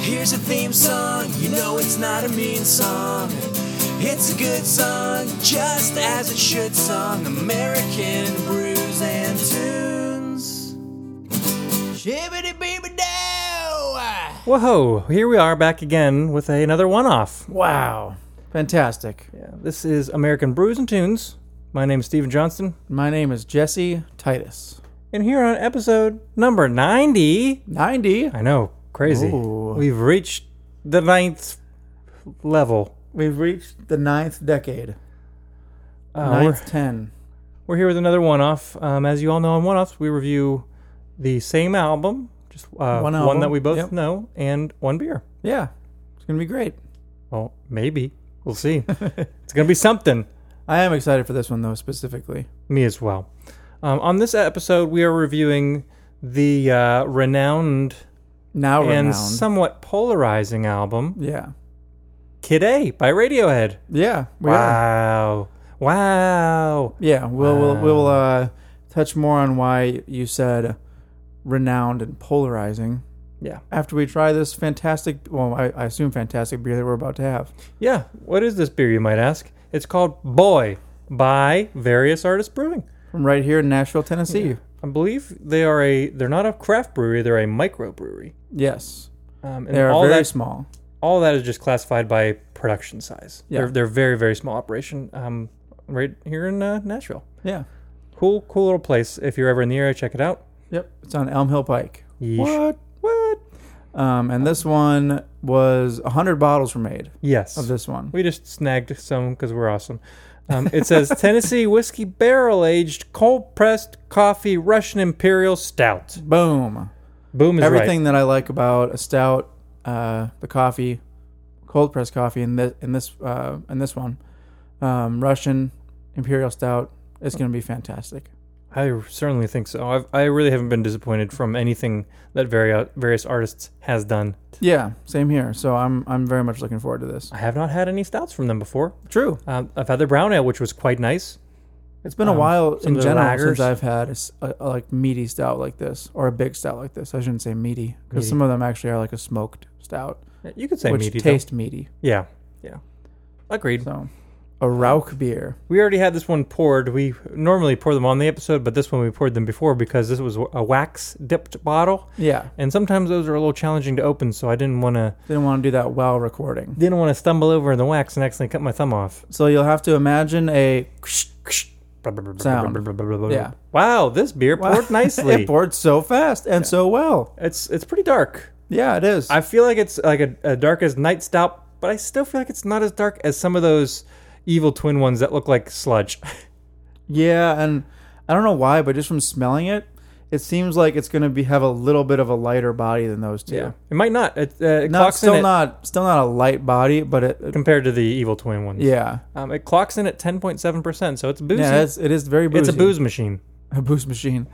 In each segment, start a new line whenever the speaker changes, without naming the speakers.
Here's a theme song, you know it's not a mean song. It's a good song, just as it should song. American brews and tunes. Shibbity beeby dow!
Whoa, Oh, here we are back again with a, another one off.
Wow. Fantastic.
This is American Brews and Tunes. My name's Stephen Johnston.
My name is Jesse Titus.
And here on episode number 90,
90.
I know, crazy.
Ooh.
We've reached the ninth level.
We've reached the ninth decade.
Uh, we're,
ninth ten.
we're here with another one off. Um, as you all know, on one offs, we review the same album, just uh,
One
one
album,
that we both
yep.
know, and one beer.
Yeah. It's going to be great.
Well, maybe. We'll see. it's going to be something.
I am excited for this one, though, specifically.
Me as well. Um, on this episode, we are reviewing the uh, renowned
Now
and
renowned.
somewhat polarizing album,
yeah.
Kid A by Radiohead.
Yeah. We are.
Wow. Wow.
Yeah. We'll, we'll, we'll uh, touch more on why you said renowned and polarizing
Yeah.
after we try this fantastic, well, I, I assume fantastic beer that we're about to have.
Yeah. What is this beer, you might ask? It's called Boy by Various Artists Brewing.
From right here in Nashville, Tennessee.
I believe they are a, they're not a craft brewery, they're a microbrewery.
Yes.
Um, and
They are
all
very
that
small.
all that is just classified by production size.
Yeah.
They're, they're very, very small operation um, right here in uh, Nashville.
Yeah.
Cool, cool little place. If you're ever in the area, check it out.
Yep. It's on Elm Hill Pike.
Yeesh.
What? What? Um, and this one was 100 bottles were made
Yes.
of this one.
We just snagged some because we're awesome. Um, it says Tennessee whiskey barrel aged cold pressed coffee Russian Imperial Stout.
Boom.
Boom is
Everything that I like about a stout, uh, the coffee, cold pressed coffee, and this in this uh, in this one, um, Russian imperial stout. It's gonna be fantastic.
right. I certainly think so. I've, I really haven't been disappointed from anything that vari- various artists has done.
Yeah, same here. So I'm I'm very much looking forward to this.
I have not had any stouts from them before.
True.
Um, I've had their brown ale, which was quite nice.
It's been a
Um,
while
some
in
of the
general
lagers.
since I've had a, s- a- a, like meaty stout like this or a big stout like this. I shouldn't say meaty because
Meaty.
some of them actually are like a smoked stout,
You could say
which
meaty. though.
taste meaty.
Yeah, yeah. Agreed.
So a Rauch beer.
We already had this one poured. We normally pour them on the episode, but this one we poured them before because this was a wax dipped bottle,
Yeah,
and sometimes those are a little challenging to open. So I didn't want to
didn't want to do that while recording.
didn't want to stumble over in the wax and accidentally cut my thumb off.
So you'll have to imagine a
Sound.
Yeah.
Wow, this beer poured nicely.
it poured so fast and so well.
it's it's pretty dark.
Yeah, it is.
I feel like it's like a, a dark as night stout, but I still feel like it's not as dark as some of those evil twin ones that look like sludge.
yeah, and I don't know why, but just from smelling it, it seems like it's going to be have a little bit of a lighter body than those two.
It might not. It, uh, it
Not
clocks
still
in at-
not still not a light body, but it, it-
compared to the evil twin ones.
yeah.
Um, it clocks in at 10.7%, so it's boozy.
Yeah, it's, it is very boozy.
it's a booze machine.
A booze machine.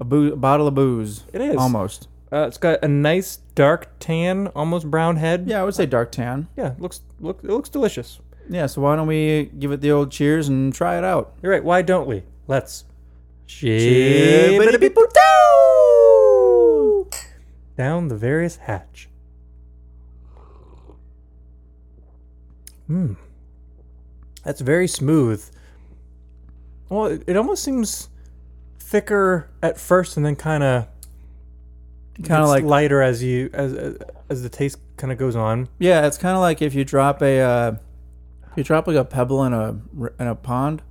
A, boo- a bottle of booze.
It is.
Almost.
Uh, it's got a nice dark tan, almost brown head.
Yeah, I would say dark tan.
Yeah, it looks look it looks delicious.
Yeah, so why don't we give it the old cheers and try it out?
You're right. Why don't we? Let's.
Chibbidi-boo-doo!
Down the various hatch. Hmm. That's very smooth. Well, it, it almost seems thicker at first, and then kind of
Kind of like
lighter as you as as, as the taste kind of goes on.
yeah, it's kind of like if you drop a uh, if you drop like a pebble in a r- in a pond,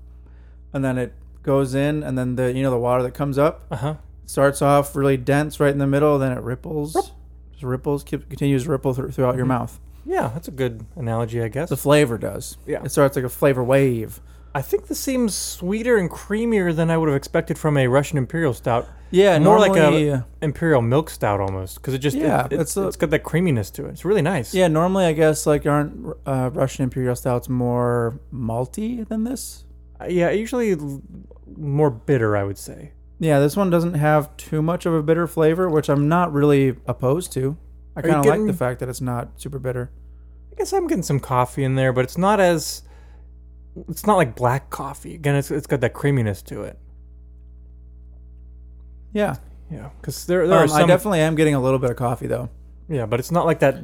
and then it goes in, and then the you know the water that comes up
Uh huh.
starts off really dense right in the middle, then it ripples, just ripples, keep, continues to ripple thr- throughout your mouth.
Yeah, that's a good analogy, I guess.
The flavor does.
Yeah.
it starts like a flavor wave.
I think this seems sweeter and creamier than I would have expected from a Russian Imperial Stout.
Yeah,
More like
normally, uh,
a Imperial Milk Stout almost, because it just
Yeah,
it, it's,
it's a-
it's got that creaminess to it. It's really nice.
Yeah, normally I guess like aren't uh, Russian imperial stouts more malty than this?
Uh, yeah. Usually l- more bitter, I would say.
Yeah, this one doesn't have too much of a bitter flavor, which I'm not really opposed to. I
Are you
kind of
getting-
like the fact that it's not super bitter.
I guess I'm getting some coffee in there, but it's not as it's not like black coffee. Again, it's it's got that creaminess to it.
Yeah,
Yeah, because there there are
Um,
some
I definitely am getting a little bit of coffee though.
Yeah, but it's not like that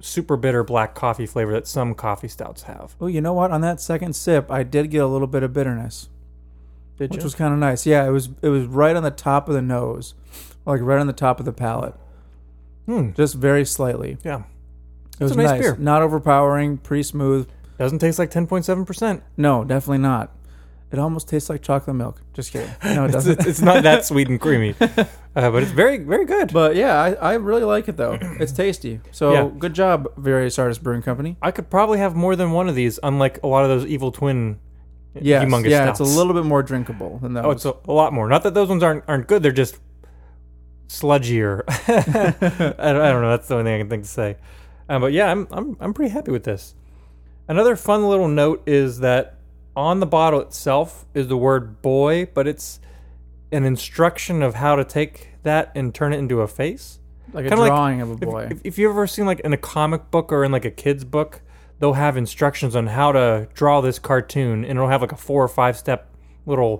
super bitter black coffee flavor that some coffee stouts have.
Oh, you know what? On that second sip, I did get a little bit of bitterness,
Did
which was kind of nice. Yeah, it was it was right on the top of the nose, like right on the top of the palate,
Hmm.
just very slightly. It
Yeah.
was
a nice beer.
not overpowering, pretty smooth.
Doesn't taste like 10.7%.
No, definitely not. It almost tastes like chocolate milk. Just kidding. No, it
It's,
doesn't.
it's, it's not that sweet and creamy, uh, but it's very, very good.
but yeah, I, I really like it though. It's tasty. So
Yeah.
good job, Various Artists Brewing Company.
I could probably have more than one of these, unlike a lot of those evil twin
Yes,
humongous
yeah,
stouts.
it's a little bit more drinkable than those.
Oh, it's a, a lot more. Not that those ones aren't aren't good. They're just sludgier. I, don't, I don't know. That's the only thing I can think to say. Um, but yeah, I'm I'm I'm pretty happy with this. Another fun little note is that on the bottle itself is the word "boy," but it's an instruction of how to take that and turn it into a face.
like a
kinda like-
drawing of a
If-
boy.
If, if you've ever seen like in a comic book or in like a kid's book, they'll have instructions on how to draw this cartoon, and it'll have like a four or five step little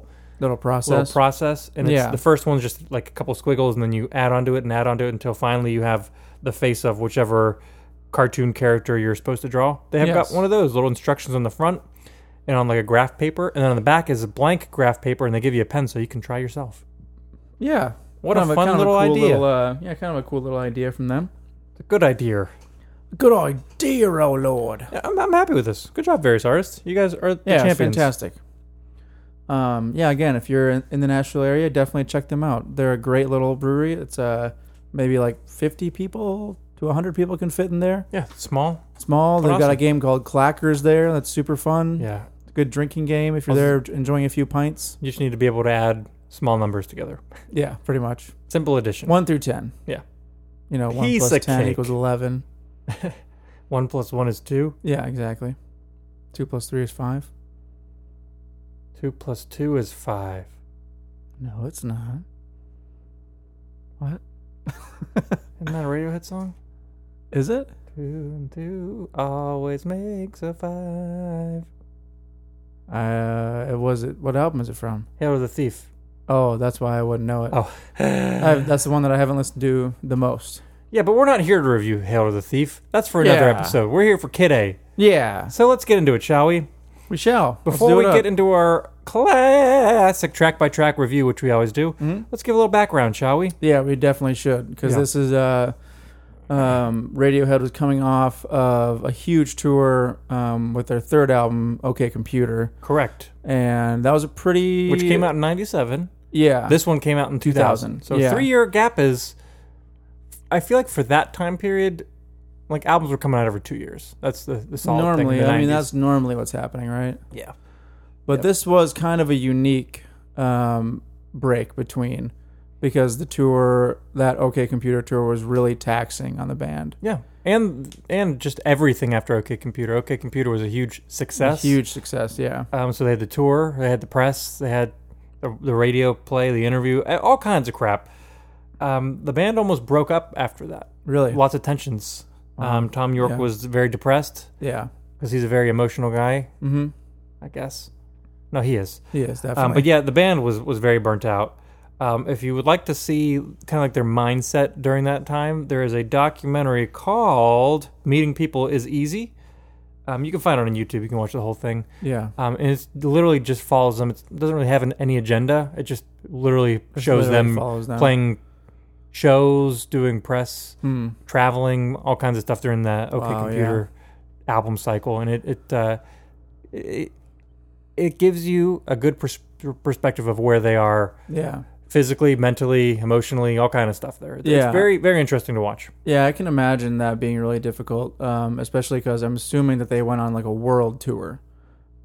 little
little process.
process, and it's,
Yeah.
the first one's just like a couple squiggles, and then you add onto it and add onto it until finally you have the face of whichever cartoon character you're supposed to draw. They have
Yes.
got one of those little instructions on the front and on like a graph paper, and then on the back is a blank graph paper, and they give you a pen so you can try yourself.
yeah.
What a fun little
cool
idea.
little, uh, yeah, kind of a cool little idea from them.
It's a good idea.
Good idea, oh lord.
Yeah, I'm, I'm happy with this. Good job, various artists. You guys are the
Yeah,
champions.
fantastic. Um, yeah, again, if you're in, in the Nashville area, definitely check them out. They're a great little brewery. It's uh, maybe like 50 people to 100 people can fit in there.
Yeah, small.
Small. They've got a
awesome.
game called Clackers there. That's super fun.
Yeah,
Good drinking game if you're there enjoying a few pints.
you just need to be able to add small numbers together.
Yeah, pretty much.
Simple addition.
One through 10.
Yeah.
You know, 1
Piece
plus
of
10
cake.
equals 11.
One plus one is two.
Yeah, exactly. 2 plus 3 is 5.
Two plus two is five.
No, it's not. What?
Isn't that a Radiohead song?
Is it?
Two and two always makes a five.
Uh, it was it. What album is it from?
Hail to the thief.
Oh, that's why I wouldn't know it.
Oh,
I, that's the one that I haven't listened to the most.
yeah, but we're not here to review Hail to the Thief. That's for another
Yeah.
episode. We're here for Kid A.
Yeah,
So let's get into it, shall we?
we shall. Let's
Before
do
we
it
get
up.
into our classic track by track review, which we always do, let's give a little background, shall we?
Hmm? yeah, we definitely should because
Hmm? Yeah.
this is uh, um, Radiohead was coming off of a huge tour um, with their third album, OK Computer,
Correct.
and that was a pretty
Which came out in 97.
Yeah,
This one came out in 2000.
2000,
So
yeah.
three year gap is, I feel like for that time period, like albums were coming out every two years. That's the, the solid
normally.
thing. in the
I mean,
90s.
that's normally what's happening, right?
yeah.
But
Yep.
this was kind of a unique um, break between because the tour, that OK Computer tour, was really taxing on the band.
Yeah, and and just everything after OK Computer. OK Computer was a huge success.
Huge success, yeah.
Um, so they had the tour, they had the press, they had the, the radio play, the interview, a- all kinds of crap. Um, the band almost broke up after that.
Really?
Lots of tensions. Um, Tom York
Yeah.
was very depressed
Yeah.
because he's a very emotional guy.
Mhm.
I guess. No, he is.
He is definitely.
Um, but yeah, the band was was very burnt out. Um, if you would like to see kind of like their mindset during that time, there is a documentary called "Meeting People Is Easy." Um, you can find it on YouTube. You can watch the whole thing,
yeah.
um, and it's literally just follows them. It's, it doesn't really have an, any agenda. It just literally shows
literally
them
follows them.
playing shows, doing press,
Hmm.
traveling, all kinds of stuff during the OK
Wow,
Computer album cycle, and it it, uh, it it gives you a good pers- perspective of where they are
Yeah.
physically, mentally, emotionally, all kind of stuff. There, it's
Yeah.
very very interesting to watch.
Yeah, I can imagine that being really difficult, um, especially because I'm assuming that they went on like a world tour,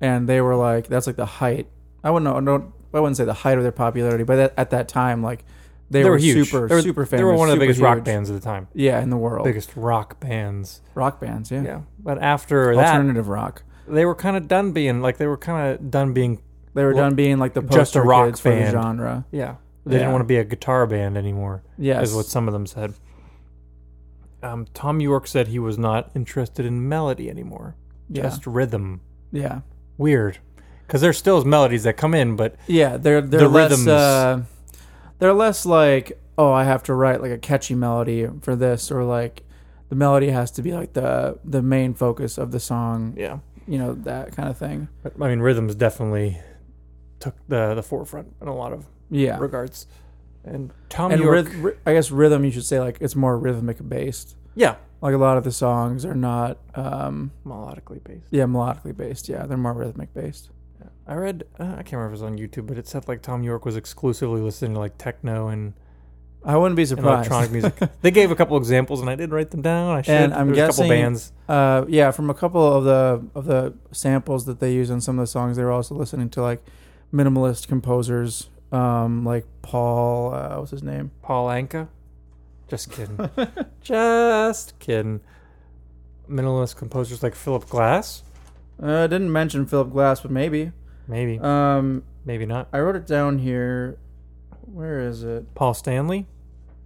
and they were like, that's like the height. I wouldn't know. I don't. I wouldn't say the height of their popularity, but at, at that time, like they,
They, were huge.
super,
they were,
super famous.
They were one of the
super
biggest
huge.
rock bands at the time.
Yeah, in the world,
Biggest rock bands.
rock bands. Yeah,
Yeah, but after that,
alternative rock.
they were kind of done being like they were kind of done being.
They were
Well,
done being like the poster
just a rock
kids for the
band.
genre.
Yeah, they
Yeah.
didn't want to be a guitar band anymore.
Yes,
is what some of them said. Um, Tom York said he was not interested in melody anymore,
yeah,
just rhythm.
yeah.
Weird, because there's still melodies that come in, but
Yeah, they're they're
The
less
rhythms.
uh, they're less like oh I have to write like a catchy melody for this or like the melody has to be like the the main focus of the song.
Yeah.
You know that kind of thing.
But, I mean, rhythms definitely took the, the forefront in a lot of
Yeah.
regards. And Tom
and
York.
ryth- ry- I guess rhythm, you should say like it's more rhythmic based.
yeah.
Like a lot of the songs are not, um,
Melodically based.
yeah, melodically based. Yeah, they're more rhythmic based.
I read, uh, I can't remember if it was on YouTube, but it said like Tom York was exclusively listening to like techno and,
I wouldn't be
and
surprised.
electronic music. They gave a couple examples and I did write them down. I should.
And I'm
There was a
guessing-
couple bands.
Uh, yeah, from a couple of the of the samples that they use in some of the songs, they were also listening to like minimalist composers, um, like Paul. Uh, what's his name?
Paul Anka. Just kidding. Just kidding. Minimalist composers like Philip Glass.
Uh, I didn't mention Philip Glass, but maybe.
Maybe.
Um,
maybe not.
I wrote it down here. Where is it?
Paul Stanley.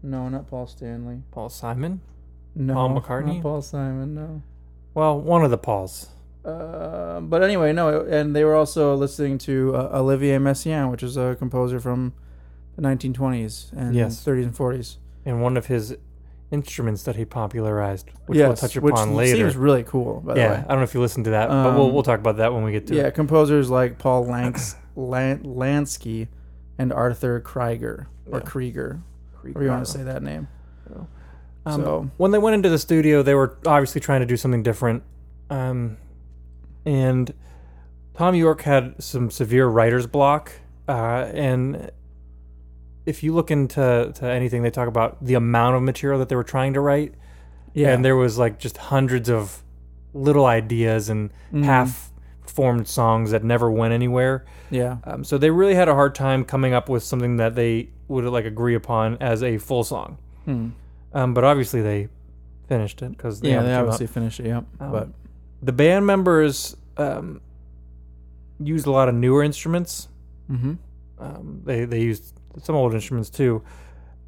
No, not Paul Stanley.
Paul Simon.
No,
Paul McCartney?
not Paul Simon. No.
Well, one of the Pauls.
Uh, but anyway, no, and they were also listening to uh, Olivier Messiaen, which is a composer from the 1920s and
Yes.
30s and 40s.
And one of his instruments that he popularized, which we'll touch upon
which
later.
seems really cool, by
yeah,
the way.
I don't know if you listened to that, but we'll,
Um,
we'll talk about that when we get to
Yeah,
it.
composers like Paul Lanks, Lan- Lansky and Arthur Krieger, or
Yeah.
Krieger, or you want to say that name.
Um,
so,
when they went into the studio, they were obviously trying to do something different. Um, and Tom York had some severe writer's block. Uh, and if you look into to anything, they talk about the amount of material that they were trying to write.
yeah,
And there was like just hundreds of little ideas and
Mhm.
half formed songs that never went anywhere.
yeah,
Um, so they really had a hard time coming up with something that they would like agree upon as a full song.
Hmm.
Um, but obviously they finished it because
yeah. They obviously finished it. Yep.
Um,
but
the band members um, used a lot of newer instruments.
hmm
Um, they they used some old instruments too.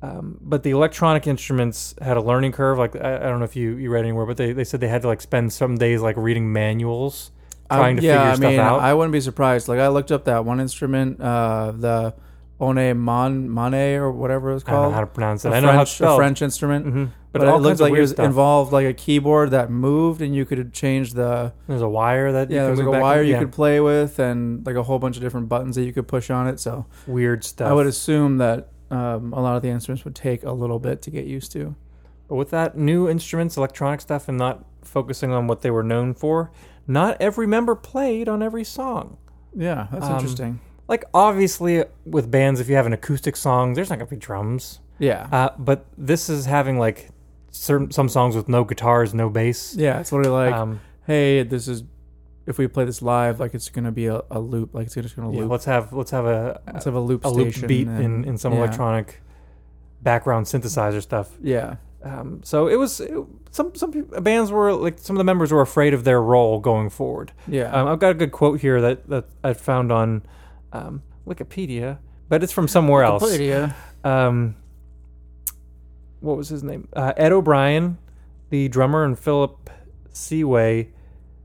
Um, but the electronic instruments had a learning curve. Like I, I don't know if you, you read anywhere, but they, they said they had to like spend some days like reading manuals, trying to figure stuff out.
Um, I wouldn't be surprised. Like I looked up that one instrument, uh, the one mon mane or whatever it was
I don't
called.
know how to pronounce it.
A
I know
French,
how it's spelled.
a French instrument.
hmm
But, it looked like it was
stuff.
involved like a keyboard that moved, and you could change the
There's a wire that
yeah.
you
There
can
was like
move
a
back
wire
and-
you
yeah.
could play with, and like a whole bunch of different buttons that you could push on it. So
weird stuff.
I would assume that um, a lot of the instruments would take a little bit to get used to.
But with that new instruments, electronic stuff, and not focusing on what they were known for, not every member played on every song.
Yeah, that's
Um,
interesting.
Like obviously with bands, if you have an acoustic song, there's not gonna be drums.
Yeah,
Uh, but this is having like certain some songs with no guitars, no bass.
yeah. It's literally like
um,
hey, this is if we play this live, like it's gonna be a, a loop, like it's just gonna
yeah,
loop.
let's have let's have a
Let's have a loop
a
station
loop beat in, in some
yeah.
electronic background synthesizer stuff.
Yeah,
Um, so it was it- some some peop- bands were like some of the members were afraid of their role going forward.
yeah.
Um, I've got a good quote here that, that I found on um, Wikipedia, but it's from somewhere else.
Wikipedia.
Um, what was his name? Uh, Ed O'Brien, the drummer, and Philip Seaway.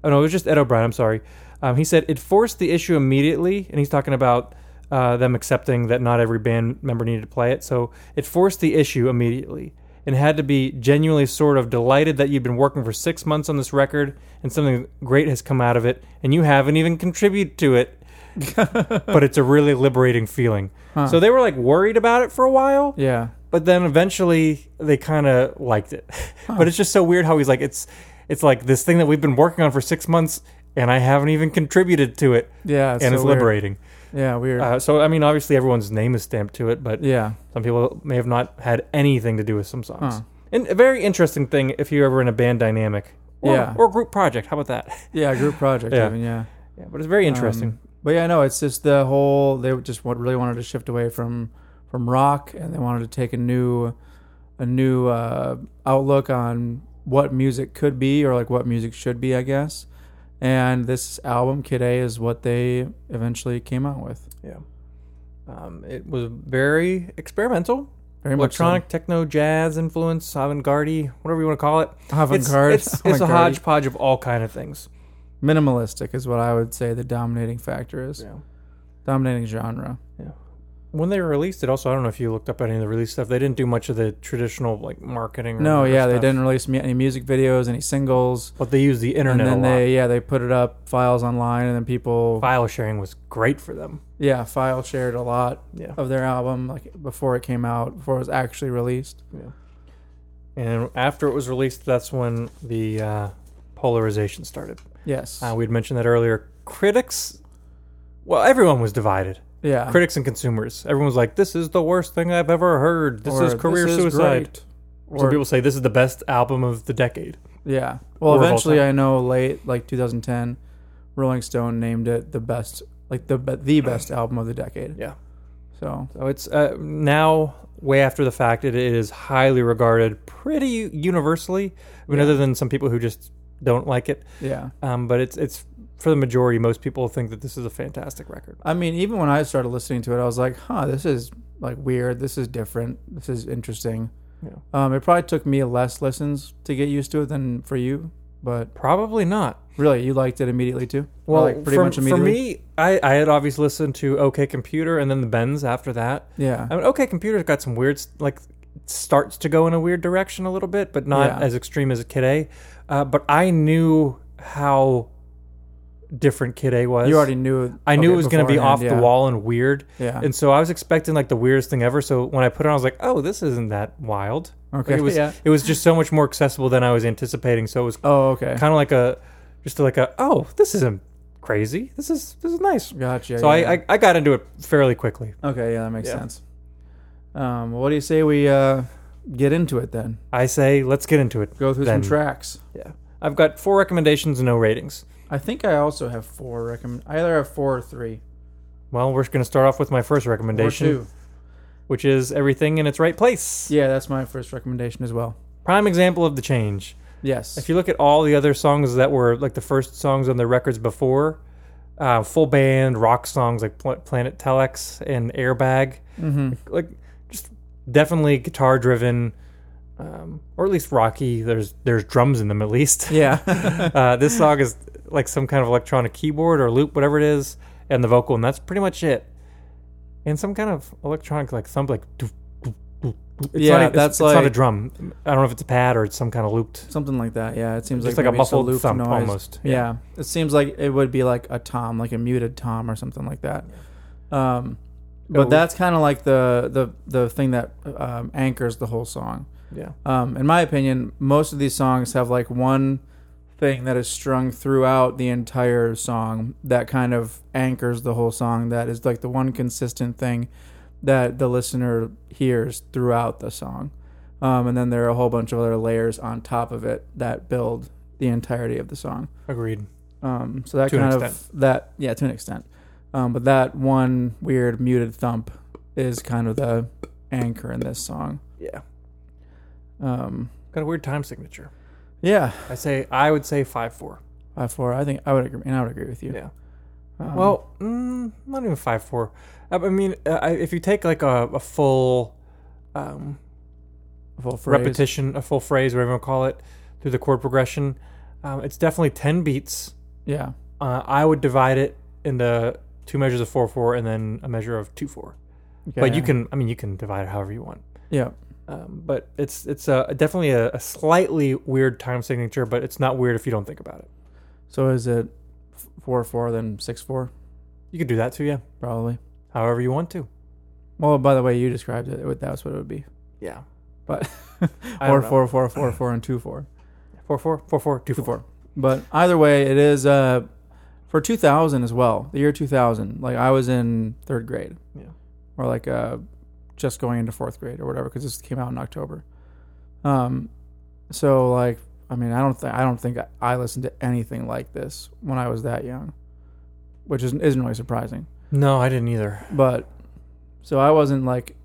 Oh, no, it was just Ed O'Brien. I'm sorry. Um, he said, It forced the issue immediately. And he's talking about uh, them accepting that not every band member needed to play it. So it forced the issue immediately and had to be genuinely sort of delighted that you've been working for six months on this record and something great has come out of it and you haven't even contributed to it. but it's a really liberating feeling.
Huh.
So they were like worried about it for a while,
Yeah,
but then eventually they kind of liked it. but it's just so weird how he's like, it's, it's like this thing that we've been working on for six months, and I haven't even contributed to it,
yeah.
and
so
it's
weird.
liberating.
Yeah, weird.
Uh, so I mean, obviously everyone's name is stamped to it, but
yeah,
some people may have not had anything to do with some songs.
Huh.
And a very interesting thing if you're ever in a band dynamic, or,
Yeah.
or group project. How about that?
yeah. Group project.
Yeah.
Even yeah.
yeah, but it's very interesting.
Um, but yeah, no, it's just the whole. They just want, really wanted to shift away from from rock, and they wanted to take a new a new uh, outlook on what music could be, or like what music should be, I guess. And this album, Kid A, is what they eventually came out with.
yeah, um, it was very experimental.
Very much so.
electronic techno jazz influence avant-garde whatever you want to call it it's,
avant-garde.
it's, it's a
Avant-garde.
hodgepodge of all kind of things
Minimalistic is what I would say the dominating factor is. Dominating genre.
when they released it, also I don't know if you looked up any of the release stuff. They didn't do much of the traditional like marketing. Or
No,
whatever
yeah, they
stuff,
didn't release mu- any music videos, any singles.
But they used the internet
and
a
then
lot.
they yeah they put it up files online and then people
File sharing was great for them.
yeah file shared a lot
Yeah.
of their album like before it came out before it was actually released
And after it was released, that's when the uh, polarization started.
yes
Uh, we had mentioned that earlier. Critics, well, everyone was divided.
yeah
Critics and consumers. Everyone was like, "This is the worst thing I've ever heard. This
Or,
is career
"This is
suicide."
great.
Some
Or-
people say this is the best album of the decade.
yeah well
Or of all
eventually
time.
i know late like 2010 rolling stone named it the best like the be- the best album of the decade
Yeah.
so
So it's uh, now way after the fact. It, it is highly regarded, pretty universally. I mean, other than some people who just don't like it.
yeah
Um, but it's it's for the majority. Most people think that this is a fantastic record.
i mean even when i started listening to it i was like huh this is like weird this is different this is interesting
Yeah.
um, it probably took me less listens to get used to it than for you but
Probably not.
Really, you liked it immediately too? Or,
Well,
like pretty
for,
much immediately.
for me, I, I had obviously listened to OK Computer and then the Bends after that.
yeah,
I mean, OK Computer's got some weird, s- like, starts to go in a weird direction a little bit, but not
Yeah.
as extreme as Kid A. Uh, but I knew how different Kid A was.
you already knew.
I knew it was going to be off
beforehand,
the wall and weird.
Yeah.
And so I was expecting like the weirdest thing ever. So when I put it on, I was like, oh, this isn't that wild. Like,
Okay,
it was,
yeah.
It was just so much more accessible than I was anticipating. So it was
yeah. Oh, okay.
kind of like a just like a oh this isn't crazy this is this is nice
Gotcha.
so
yeah.
I, I i got into it fairly quickly
Okay, yeah, that makes
Yeah.
sense. Um, well, what do you say we uh, get into it then?
i say let's get into it
Go through
Then-
some tracks.
yeah i've got four recommendations and no ratings
I think I also have four recommend. I either have four or three
well we're going to start off with my first
or
recommendation
two.
which is everything in its right place
Yeah, that's my first recommendation as well.
prime example of the change
Yes.
if you look at all the other songs that were like the first songs on the records before uh, full band rock songs like Pl- planet telex and airbag
hmm
like just definitely guitar driven um, or at least rocky there's there's drums in them at least
Yeah.
uh, this song is like some kind of electronic keyboard or loop whatever it is and the vocal and that's pretty much it and some kind of electronic like thump like doof, doof, doof, doof. it's
Yeah,
not a- it's-
that's
it's not a
like-
drum i don't know if it's a pad or it's some kind of looped
Something like that. Yeah, it seems
Just
like,
like a
maybe it's
muffled
loop
thump
noise.
almost,
Yeah.
yeah.
it seems like it would be like a tom, like a muted tom or something like that. Um, but
Oh.
that's kind of like the the the thing that um, anchors the whole song.
yeah
Um, in my opinion, most of these songs have like one thing that is strung throughout the entire song that kind of anchors the whole song. That is like the one consistent thing that the listener hears throughout the song. Um, and then there are a whole bunch of other layers on top of it that build the entirety of the song.
agreed
Um, so that
To an
kind of
extent.
that yeah to an extent, um, but that one weird muted thump is kind of the anchor in this song.
yeah
Um,
got a weird time signature
yeah,
i say i would say 5-4
five four. I think I would agree, and I would agree with you.
yeah
Um,
Well, mm, not even five four. I I mean, uh, I- if you take like a, a full um,
full phrase.
repetition, a full phrase, whatever you want to call it, through the chord progression, um, it's definitely ten beats.
Yeah,
Uh, I would divide it into two measures of four four and then a measure of two four. But
Yeah.
you can, I mean, you can divide it however you want.
yeah,
Um, but it's it's uh, definitely a, a slightly weird time signature, but it's not weird if you don't think about it.
so is it f- four four then six four
You could do that too, yeah.
probably.
However you want to.
Well, by the way, you described it. it would- That's what it would be.
Yeah.
But
I
or
don't know.
four four four four and two four.
Four four four four two
two
four.
four. But either way, it is uh, for 2000 as well. The year 2000, like I was in third grade,
Yeah.
or like uh, just going into fourth grade or whatever, because this came out in October. Um, so like, I mean, I don't think I don't think I listened to anything like this when I was that young, which isn't isn't really surprising.
No, I didn't either.
But so I wasn't like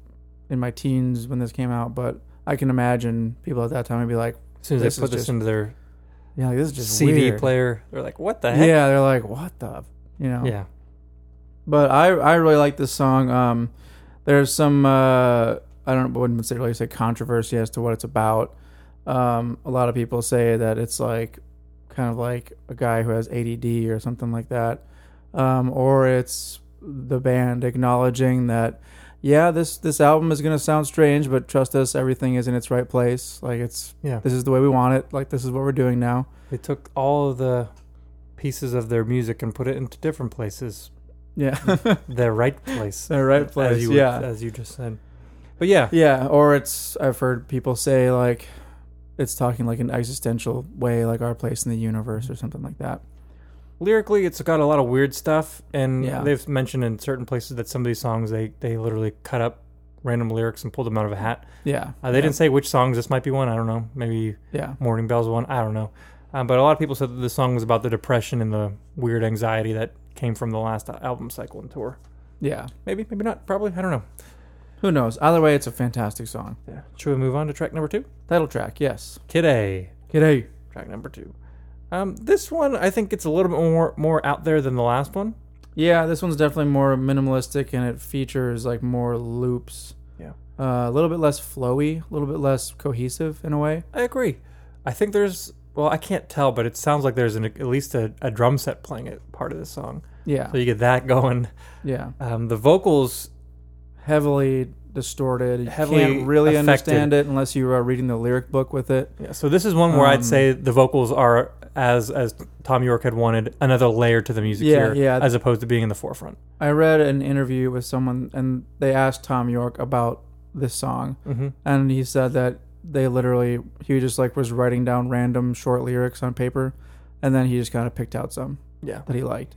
in my teens when this came out, but I can imagine people at that time would be like,
As soon as
This
they
is
put this
just
into their
yeah, like, this is just
CD
weird.
player, they're like, "What the heck?"
Yeah, they're like, what the, you know?
Yeah,
But I I really like this song. Um, there's some uh, I don't wouldn't say really say controversy as to what it's about. Um, a lot of people say that it's like kind of like a guy who has ADD or something like that, um, or it's the band acknowledging that yeah, this this album is gonna sound strange, but trust us, everything is in its right place. Like it's
Yeah.
this is the way we want it. Like this is what we're doing now.
They took all of the pieces of their music and put it into different places.
Yeah,
The right place.
the right place.
As you,
yeah,
As you just said. But yeah.
Yeah, or it's I've heard people say like it's talking like an existential way, like our place in the universe or something like that.
lyrically it's got a lot of weird stuff and
Yeah.
they've mentioned in certain places that some of these songs they they literally cut up random lyrics and pulled them out of a hat
Yeah,
uh, they didn't say which songs this might be one i don't know maybe
yeah,
morning bells one i don't know um, but a lot of people said that this song was about the depression and the weird anxiety that came from the last album cycle and tour
yeah.
maybe maybe not probably i don't know
Who knows? Either way, it's a fantastic song.
yeah. should we move on to track number two
Title track, yes.
kid a
G'day.
track number two um, this one i think it's a little bit more more out there than the last one
Yeah, this one's definitely more minimalistic and it features like more loops.
Yeah.
Uh, a little bit less flowy, a little bit less cohesive in a way.
I agree. I think there's well, I can't tell, but it sounds like there's an, at least a, a drum set playing it part of the song.
Yeah,
So you get that going.
yeah.
Um, the vocals,
Heavily distorted. You
Heavily
can't really
affected.
understand it unless you are reading the lyric book with it.
yeah. So this is one where
Um,
I'd say the vocals are as as Tom York had wanted another layer to the music here,
Yeah, yeah.
as opposed to being in the forefront.
I read an interview with someone and they asked Tom York about this song
Mm-hmm.
and he said that they literally he just like was writing down random short lyrics on paper and then he just kind of picked out some
Yeah,
that he liked.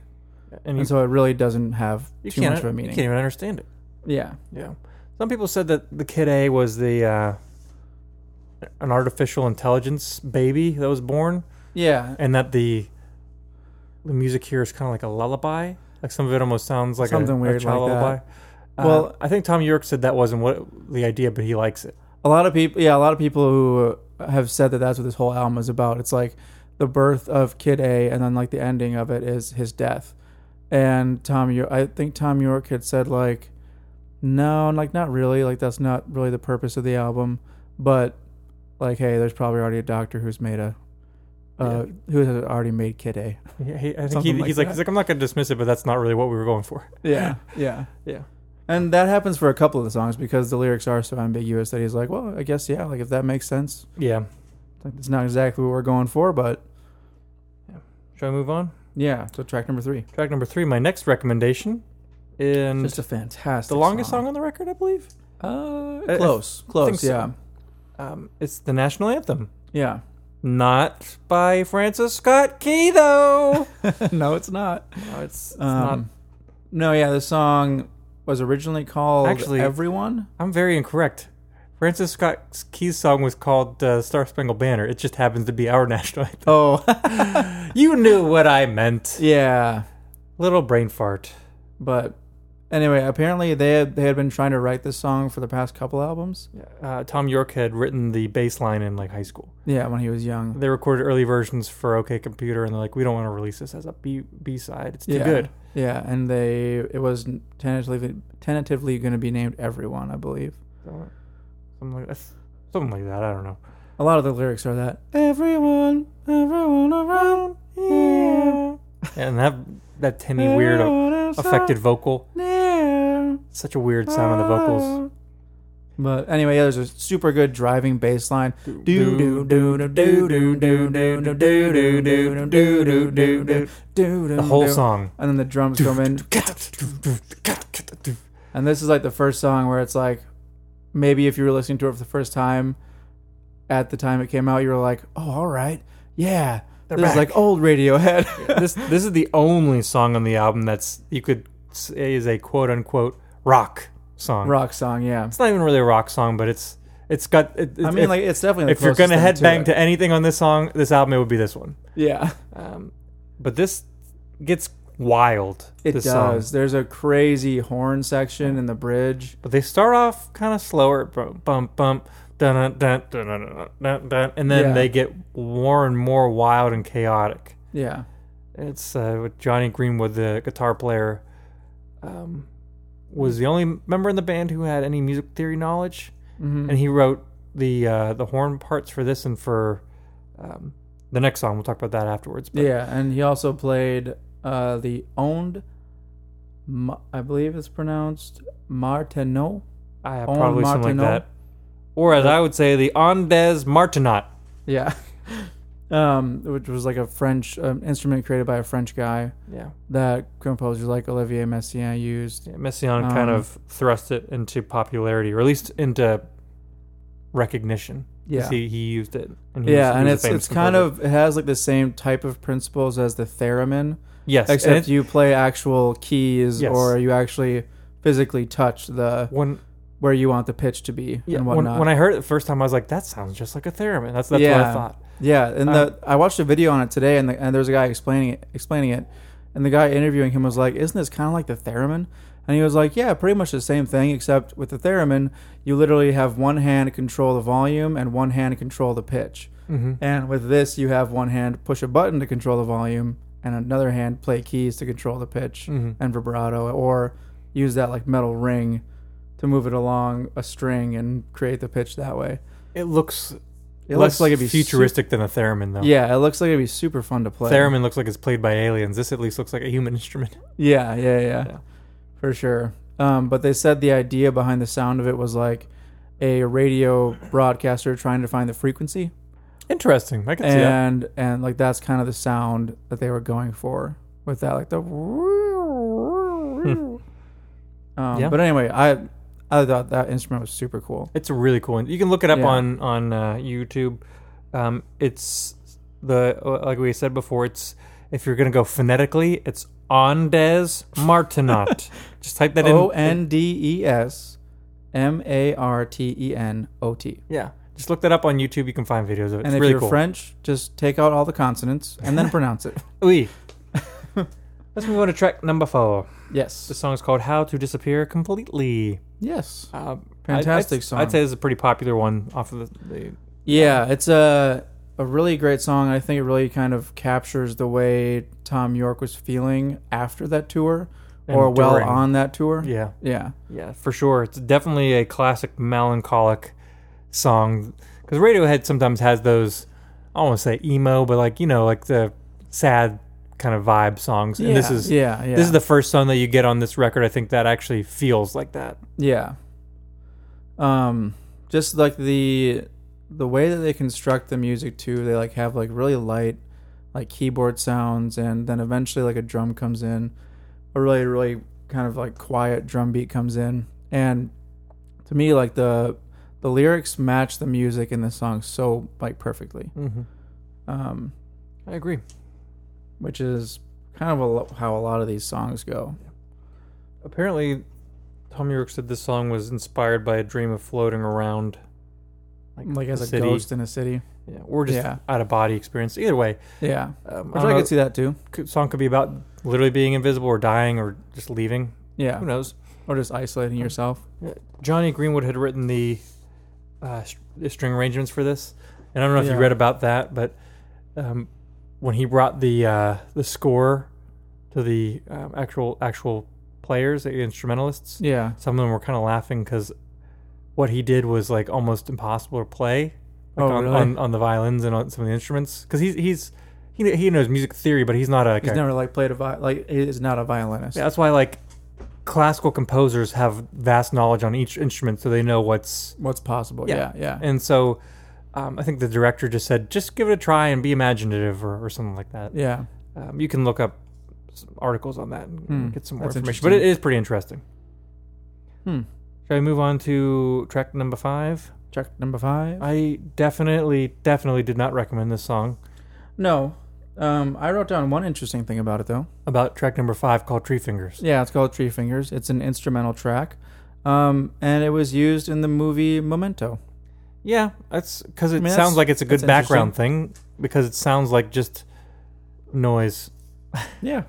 and you,
And so it really doesn't have
Mm. you
too
can't
much of a
you can't
meaning.
even understand it.
Yeah.
Yeah. Some people said that the Kid A was the uh, an artificial intelligence baby that was born.
Yeah.
and that the the music here is kind of like a lullaby. Like some of it almost sounds like
Something
a,
weird
a child
like that.
lullaby. Uh,
Well-
well, I think Tom York said that wasn't what the idea, but he likes it.
A lot of people yeah, a lot of people who uh, have said that that's what this whole album is about. It's like the birth of Kid A and then like the ending of it is his death. And Tom York I think Tom York had said like no, like not really. Like that's not really the purpose of the album. But like, hey, there's probably already a doctor who's made a, uh, who has already made Kid A.
Yeah, he, I think he,
Something like
he's like
that.
he's like I'm not going to dismiss it, but that's not really what we were going for.
Yeah, yeah,
Yeah.
And that happens for a couple of the songs because the lyrics are so ambiguous that he's like, well, I guess yeah. Like if that makes sense.
Yeah.
Like it's not exactly what we're going for, but
Should I move on?
yeah. So track number three,
Track number three. My next recommendation, and
just a fantastic,
the longest song. on the record, I believe.
Uh,
I-
close,
think
close.
so.
Yeah,
Um, it's the national anthem,
yeah.
not by Francis Scott Key though.
no, it's not.
No, it's, it's not.
Um, no, yeah. The song was originally called
Actually-
"Everyone."
I'm very incorrect. Francis Scott Key's song was called uh, Star Spangled Banner. It just happens to be our national anthem.
Oh,
You knew what I meant.
yeah.
Little brain fart.
But anyway, apparently they had, they had been trying to write this song for the past couple albums.
Uh, Tom York had written the bass line in like high school.
Yeah, when he was young.
They recorded early versions for OK Computer, and they're like, we don't want to release this as a B B side. It's too
yeah.
good.
Yeah, and they it was tentatively tentatively going to be named Everyone, I believe.
So, Something like, that's- something like that. I don't know.
A lot of the lyrics are that Everyone, everyone around here.
And that that tinny weird uh, affected vocal.
near.
Such a weird sound on the vocals.
But anyway, yeah, there's a super good driving bass line. The
The
Mm,
whole song.
And then the drums come in. And this is like the first song where it's like, maybe if you were listening to it for the first time, at the time it came out, you were like, oh, all right, yeah,
They're
this is
back.
like old Radiohead.
this this is the only song on the album that's you could say is a quote unquote rock song.
rock song, yeah.
It's not even really a rock song, but it's it's got. It,
I
it's-
mean,
if,
like it's definitely. The
if you're
closest
gonna
thing
headbang
it.
to, anything on this song, this album, it would be this one.
yeah,
Um, but this gets wild.
it
this
does.
song.
There's a crazy horn section in the bridge.
But they start off kind of slower, bump, bump, bump, dun, dun, dun, dun, dun, dun, dun, and then
Yeah.
they get more and more wild and chaotic.
Yeah,
It's uh, with Johnny Greenwood, the guitar player, um, was the only member in the band who had any music theory knowledge,
Mhm.
and he wrote the uh, the horn parts for this and for um, the next song. We'll talk about that afterwards.
yeah, and he also played uh, the owned Ma- I believe it's pronounced Martenot.
I
On
probably something
Martineau.
like that. Or as I would say, the Andes Martinot.
Yeah. Um, which was like a French um, instrument created by a French guy
Yeah.
that composers like Olivier Messiaen used.
Yeah, Messiaen kind
Um,
of thrust it into popularity, or at least into recognition. 'Cause
Yeah.
He, he used it. And he was-
Yeah,
he
and
was a
it's
famous
it's kind
composer.
of it has like the same type of principles as the theremin,
yes. and
except
it's-
you play actual keys
Yes.
or you actually physically touch the
when
where you want the pitch to be
yeah,
and
when,
whatnot.
when I heard it the first time, I was like, that sounds just like a theremin. That's that's what I
Yeah.
thought.
yeah, and
Uh,
the I watched a video on it today, and, the, and there was a guy explaining it, explaining it, and the guy interviewing him was like, "Isn't this kind of like the theremin?" And he was like, "Yeah, pretty much the same thing, except with the theremin, you literally have one hand control the volume and one hand control the pitch,
Mm-hmm.
and with this, you have one hand push a button to control the volume and another hand play keys to control the pitch
Mhm.
and vibrato, or use that like metal ring." To move it along a string and create the pitch that way.
It looks
It
less
looks like it'd be super-
futuristic than a theremin, though.
Yeah, it looks like it'd be super fun to play.
Theremin looks like it's played by aliens. This at least looks like a human instrument.
Yeah, yeah, yeah,
Yeah.
for sure. Um, but they said the idea behind the sound of it was like a radio broadcaster trying to find the frequency,
Interesting. I can see that.
and and like that's kind of the sound that they were going for with that, like the. Um,
Yeah.
But anyway, I I thought that instrument was super cool.
It's a really cool. one. You can look it up
Yeah.
on on uh, YouTube. Um, it's the uh, like we said before. It's if you're gonna go phonetically, it's Andes Martinot. Just type that in.
O N D E S M A R T E N O T.
yeah. Just look that up on YouTube. You can find videos of it. It's
And if
really
you're
cool.
French, just take out all the consonants and then pronounce it.
Oui. Let's move on to track number four. The
Yes.
song's called "How to Disappear Completely."
Yes.
Um, I'd,
Fantastic
I'd,
song.
I'd say this is a pretty popular one off of the. the
Yeah, it's a a really great song. I think it really kind of captures the way Tom York was feeling after that tour, or
And
well
during.
on that tour.
yeah.
Yeah.
Yeah, for sure. It's definitely a classic melancholic song because Radiohead sometimes has those. I don't want to say emo, but like you know, like the sad kind of vibe songs. And this
Yeah,
is
yeah, yeah.
this is the first song that you get on this record. I think that actually feels like that.
yeah. Um, just like the the way that they construct the music too. They like have like really light like keyboard sounds, and then eventually like a drum comes in, a really really kind of like quiet drum beat comes in, and to me like the the lyrics match the music in the song so like perfectly.
Mm-hmm.
um,
I agree.
which is kind of a lo- how a lot of these songs go.
Apparently, Tom York said this song was inspired by a dream of floating around,
Like as
the
a
city.
ghost in a city.
yeah, or just
Yeah.
out of body experience. Either way,
Yeah,
um,
which I, could see that too.
could, song could be about literally being invisible or dying or just leaving.
Yeah,
Who knows?
or just isolating yourself.
Johnny Greenwood had written the, uh, st- the string arrangements for this, and I don't know if
Yeah.
you read about that, but um, when he brought the uh, the score to the um, actual actual players, the instrumentalists,
Yeah,
some of them were kind of laughing because what he did was like almost impossible to play like,
Oh,
on,
really?
on on the violins and on some of the instruments because he's he's he, kn- he knows music theory, but he's not a like,
he's
a-
never like played a vi- like he's not a violinist.
yeah, that's why like classical composers have vast knowledge on each instrument, so they know what's
What's possible?
Yeah.
Yeah, yeah,
And so um, I think the director just said, just give it a try and be imaginative or, or something like that.
yeah.
Um, you can look up s- articles on that and
Hmm,
get some more
that's
information. But it
interesting.
is pretty interesting.
Hmm.
Should I move on to track number five?
Check number five.
I definitely, definitely did not recommend this song.
no, um, I wrote down one interesting thing about it though.
About track number five called Tree Fingers.
Yeah, it's called Tree Fingers. It's an instrumental track, um, and it was used in the movie Memento.
Yeah, that's because it
mean,
sounds
that's-
like it's a good
that's
background thing because it sounds like just noise.
Yeah.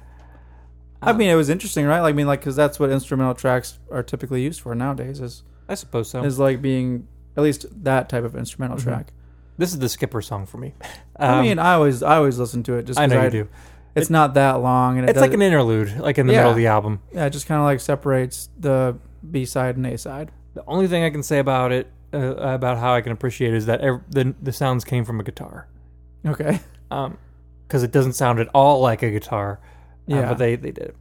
I mean, it was interesting, right? Like, I mean, like, because that's what instrumental tracks are typically used for nowadays is
I suppose so.
is like being at least that type of instrumental track.
This is the skipper song for me.
I
Um,
mean, I always I always listen to it just
I
'cause
know you do.
It's not that long, and it
It's like an
doesn't-
interlude, like in the middle of
Yeah.
the album.
yeah, it just kind of like separates the B side and A side.
The only thing I can say about it, uh, about how I can appreciate it, is that ev- the the sounds came from a guitar, Um,
Okay,
because it doesn't sound at all like a guitar. uh,
Yeah.
but they they did. it.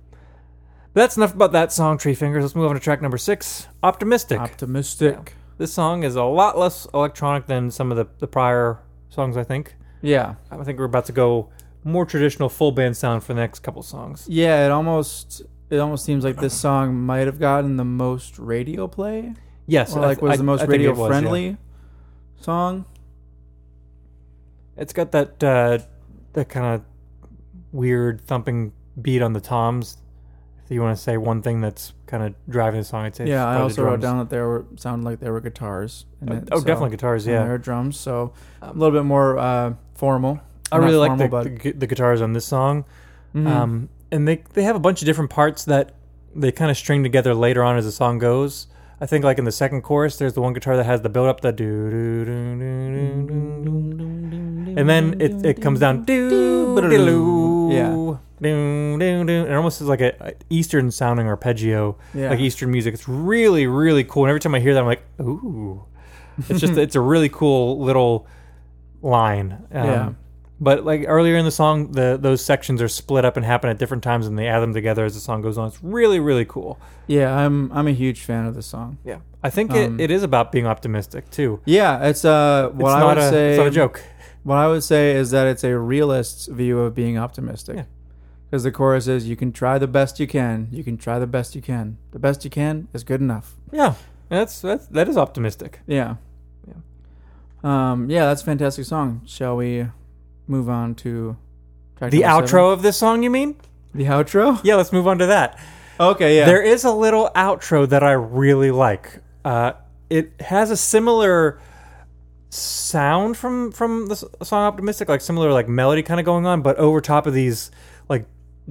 That's enough about that song, Tree Fingers. Let's move on to track number six, Optimistic.
Optimistic.
this song is a lot less electronic than some of the, the prior songs, I think.
Yeah.
I think we're about to go more traditional full band sound for the next couple songs.
Yeah, it almost it almost seems like this song might have gotten the most radio play.
Yes,
Or
I-
like was
I-
the most
I think it
radio
was, yeah.
friendly song.
It's got that uh, that kind of weird thumping beat on the toms. If you want to say one thing that's kind of driving the song, I'd say it's
yeah, I
probably the
also wrote
drums.
down that there were sounded like there were guitars. In
Oh,
it,
oh,
so-
definitely guitars.
And
Yeah, Um,
there were drums, so a little bit more uh, formal.
I
Not
really like
formal,
the, the, gu- the guitars on this song.
Mhm.
Um, and they they have a bunch of different parts that they kind of string together later on as the song goes. I think like in the second chorus, there's the one guitar that has the build up, the do do do do do do, and then it it comes down do do
Yeah.
do do do. It almost is like a, a eastern sounding arpeggio,
Yeah.
like eastern music. It's really really cool. And every time I hear that, I'm like, ooh, it's
Mm-hmm.
just it's a really cool little line. Um,
Yeah.
But like earlier in the song, the those sections are split up and happen at different times, and they add them together as the song goes on. It's really really cool.
yeah, I'm I'm a huge fan of this song.
Yeah. I think it,
Um,
it is about being optimistic too.
Yeah, it's uh what
it's
I
not
would
a
say
it's not a joke.
What I would say is that it's a realist's view of being optimistic.
Yeah.
Because the chorus is you can try the best you can, you can try the best you can. The best you can is good enough.
Yeah. That's that's that is optimistic.
Yeah. Yeah. Um, yeah, that's a fantastic song. Shall we move on to track
The
number
outro
seven?
of this song, you mean?
The outro?
Yeah, let's move on to that.
Okay, yeah.
There is a little outro that I really like. Uh, it has a similar sound from from the s- song "Optimistic," like similar like melody kind of going on, but over top of these like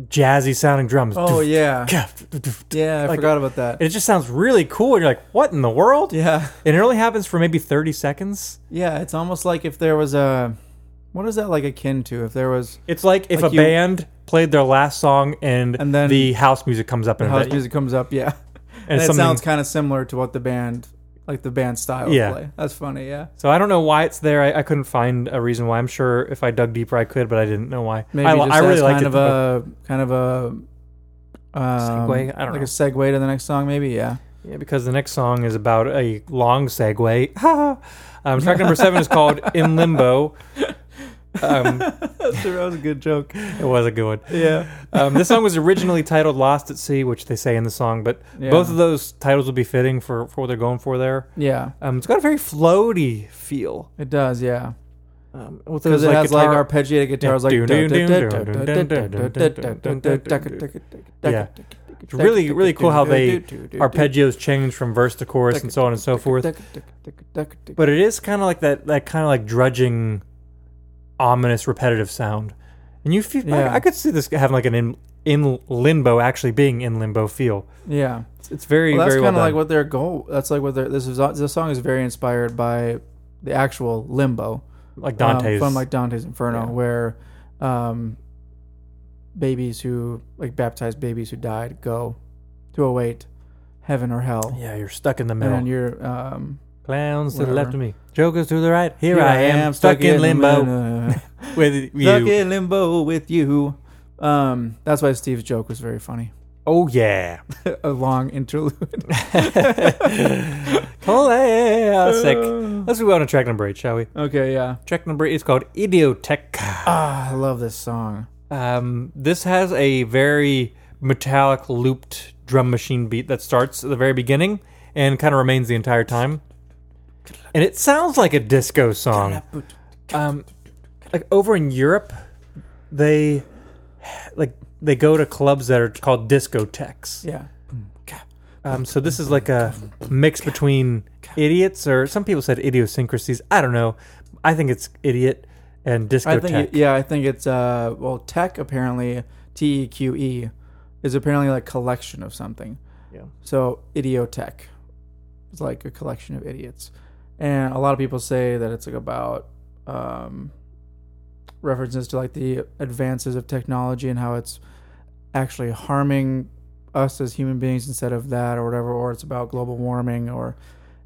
jazzy sounding drums.
oh yeah.
It
Yeah, I
Like-
forgot about that.
just sounds really cool. And you're like, what in the world?
yeah.
And it only happens for maybe 30 seconds.
Yeah, it's almost like if there was a what is that like akin to? If there was
It's like if
Like
a
you-
band played their last song and,
And then-
the house music comes up and,
house
that-
music comes up, yeah.
and
and
it's
it
something-
sounds kind of similar to what the band like the band style would
Yeah.
play. That's funny, yeah.
So I don't know why it's there. I, I couldn't find a reason why. I'm sure if I dug deeper, I could, but I didn't know why.
Maybe
I,
just
I
as
really liked
kind
it.
of
though.
a kind of a um,
Segue? I don't
like
know.
a segue to the next song, maybe. Yeah,
yeah, because the next song is about a long segue. Ha! um, track number seven is called "In Limbo." Um,
that was a good joke.
it was a good one.
Yeah,
Um, this song was originally titled "Lost at Sea," which they say in the song, but
Yeah.
both of those titles would be fitting for for what they're going for there.
yeah,
Um, it's got a very floaty feel.
it does. Yeah,
Um, with
because
those,
it
like,
has
guitar-
like arpeggiated guitars,
Yeah.
like
Yeah. It's really, really cool how they arpeggios change from verse to chorus and so on and so forth. But it is kind of like that, that kind of like drudging, ominous, repetitive sound. And you feel,
Yeah.
I, I could see this having like an in, in limbo, actually being in limbo feel.
yeah.
It's, it's very,
Well, that's
very well
kind of
done.
like what their goal. That's like what their this is. This song is very inspired by the actual limbo.
like
um,
Dante's.
from like Dante's Inferno,
Yeah.
where um, babies who like baptized babies who died go to await heaven or hell,
yeah, you're stuck in the
and then
middle.
you're um,
Clowns to the
whatever.
left of me, jokers to the right. Here, I, am, stuck, in limbo with you.
stuck in limbo with you. Um, that's why Steve's joke was very funny.
Oh yeah,
A long interlude.
classic. Let's move on to track number eight, shall we?
okay, yeah.
Track number eight is called Idiotech.
Ah, I love this song.
Um, this has a very metallic looped drum machine beat that starts at the very beginning and kind of remains the entire time. And it sounds like a disco song. Um, like over in Europe, they like they go to clubs that are called discotheques.
Yeah.
Um, so this is like a mix between idiots or some people said idiosyncrasies. I don't know. I think it's idiot and
I
discotheque.
think it- yeah, I think it's uh well tech apparently T E Q E is apparently like collection of something.
Yeah.
So idiotech is like a collection of idiots. And a lot of people say that it's like about um references to like the advances of technology and how it's actually harming us as human beings instead of that or whatever or it's about global warming or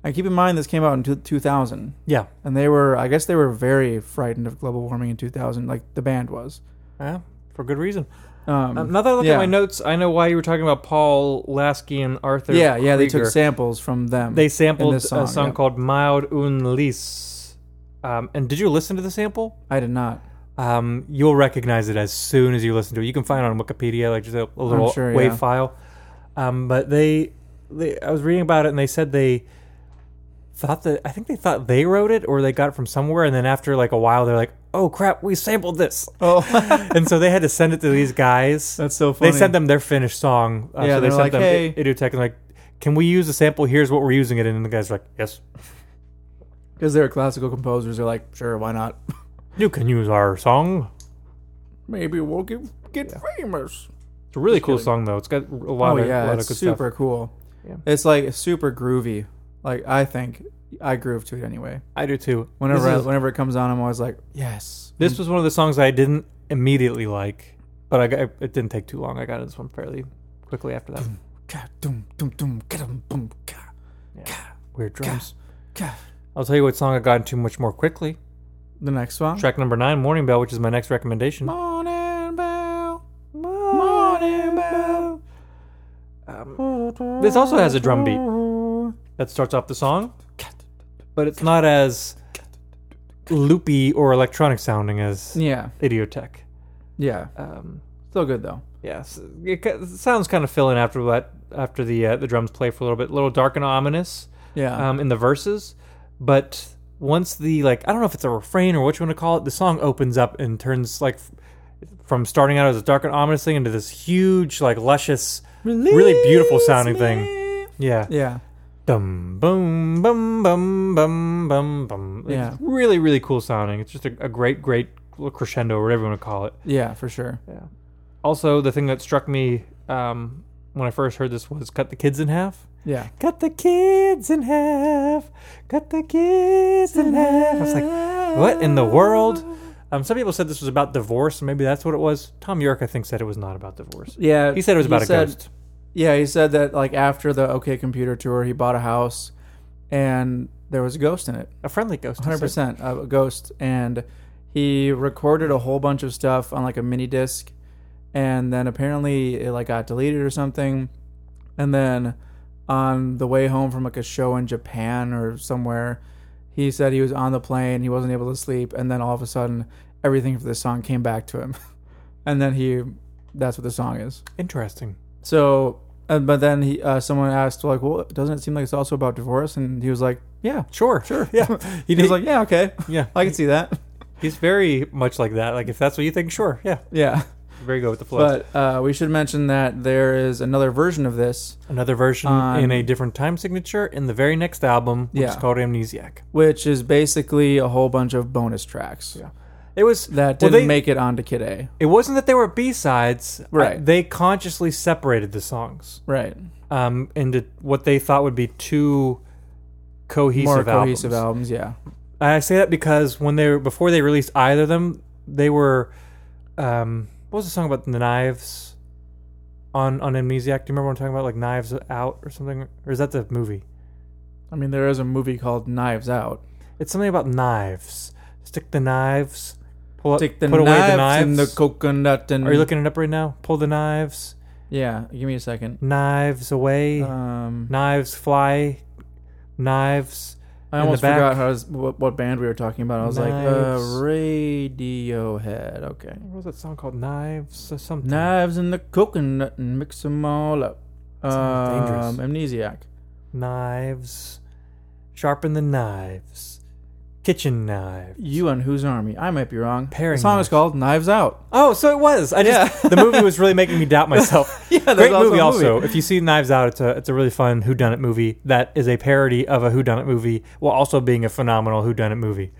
and keep in mind this came out in two- 2000
yeah.
and they were, I guess, they were very frightened of global warming in 2000, like the band was.
Uh, for good reason.
Um,
Um, now that I look
yeah.
at my notes, I know why you were talking about Paul Lasky and Arthur.
yeah, yeah, they took
Krieger.
samples from them.
They sampled
this song,
a song
yeah.
called "Maud un Lis." Um, and did you listen to the sample?
I did not.
Um, you'll recognize it as soon as you listen to it. You can find it on Wikipedia, like just a, a little
sure,
wave
yeah.
file. Um, but they, they, I was reading about it, and they said they thought that I think they thought they wrote it or they got it from somewhere, and then after like a while, they're like, "Oh crap, we sampled this,"
Oh,
and so they had to send it to these guys.
that's so funny.
they sent them their finished song. Uh,
Yeah,
so
they
they
were
sent
like,
them
"Hey."
I- Idiotech, and like, "Can we use a sample? Here's what we're using it." in." And the guys are like, "Yes,
because they were classical composers. They're like, sure, why not?
you can use our song."
Maybe we'll get get famous.
It's a really cool
kidding.
song though. It's got a lot
Oh
of a
yeah,
lot
it's
of good stuff.
super cool.
Yeah.
It's like super groovy. Like I think I groove to it anyway.
I do too.
Whenever
This
I,
is-
whenever it comes on, I'm always like, yes.
This was one of the songs I didn't immediately like, but I got, it didn't take too long. I got into this one fairly quickly after that.
Mm. Ka, dum, dum, dum, ka, dum, bum, ka,
Weird drums.
ka.
I'll tell you what song I got into much more quickly.
The next song.
Track number nine, Morning Bell, which is my next recommendation.
Morning bell.
Morning Bell. Um, this also has a drum beat that starts off the song, but it's not as loopy or electronic sounding as
Yeah,
Idiotech.
yeah.
Um,
Still good though.
Yes, it ki- it sounds kind of filling after that. After the uh, the drums play for a little bit, a little dark and ominous
Yeah.
um, in the verses, but once the like I don't know if it's a refrain or what you want to call it, the song opens up and turns like f- from starting out as a dark and ominous thing into this huge like luscious, really beautiful sounding thing. Yeah.
yeah.
Dum boom bum bum bum bum bum. It's
Yeah.
Really really cool sounding. It's just a, a great great little crescendo or whatever you want to call it.
Yeah, for sure.
Yeah. Also, the thing that struck me um, when I first heard this was cut the kids in half.
Yeah.
Cut the kids in half. Cut the kids in half. I was like, what in the world? Um, some people said this was about divorce. Maybe that's what it was. Tom York, I think, said it was not about divorce.
Yeah.
He said it was about a
said-
ghost.
Yeah, he said that like after the OK Computer tour, he bought a house, and there was a ghost in it.
A friendly ghost. he
hundred
said.
percent a ghost, and he recorded a whole bunch of stuff on like a mini disc, and then apparently it like got deleted or something, and then on the way home from like a show in Japan or somewhere, he said he was on the plane, he wasn't able to sleep, and then all of a sudden everything for this song came back to him, and then he, that's what the song is.
Interesting.
So, uh, but then he, uh, someone asked like, well, doesn't it seem like it's also about divorce? And he was like, yeah.
Sure. Sure. Yeah.
He was like, yeah, okay,
yeah.
I can see that.
He's very much like that. Like, if that's what you think, sure. Yeah.
Yeah,
Very go with the flow.
but uh, we should mention that there is another version of this,
Another version
Um,
in a different time signature in the very next album, which is
Yeah.
called Amnesiac.
which is basically a whole bunch of bonus tracks
Yeah. It was
that
well,
didn't
they-
make it onto Kid A.
It wasn't that they were B sides.
Right.
they consciously separated the songs
Right,
um, into what they thought would be two cohesive
more
albums.
cohesive albums. Yeah,
I say that because when they were, before they released either of them, they were um, what was the song about the knives on on Amnesiac? Do you remember what I'm talking about? Like Knives Out or something, or is that the movie?
I mean there is a movie called Knives Out.
It's something about knives. Stick the knives. Pull up,
Take the
put away the
knives
knives.
and the coconut and
Are you looking it up right now? Pull the knives.
Yeah, give me a second.
Knives away.
Um,
knives fly knives
I
in the
almost
back.
forgot how I was, what, what band we were talking about. I was like, uh,
Knives.
Radiohead. Okay,
what was that song called knives or something
knives and the coconut and mix them all up.
Sounds dangerous.
Um, amnesiac.
knives sharpen the knives kitchen knife
You and whose army? I might be wrong.
Paring
the song
knives.
is called "Knives Out."
oh so it was i just the movie was really making me doubt myself
Yeah,
great movie also if you see knives out it's a it's a really fun who done it movie that is a parody of a who done it movie while also being a phenomenal who done it movie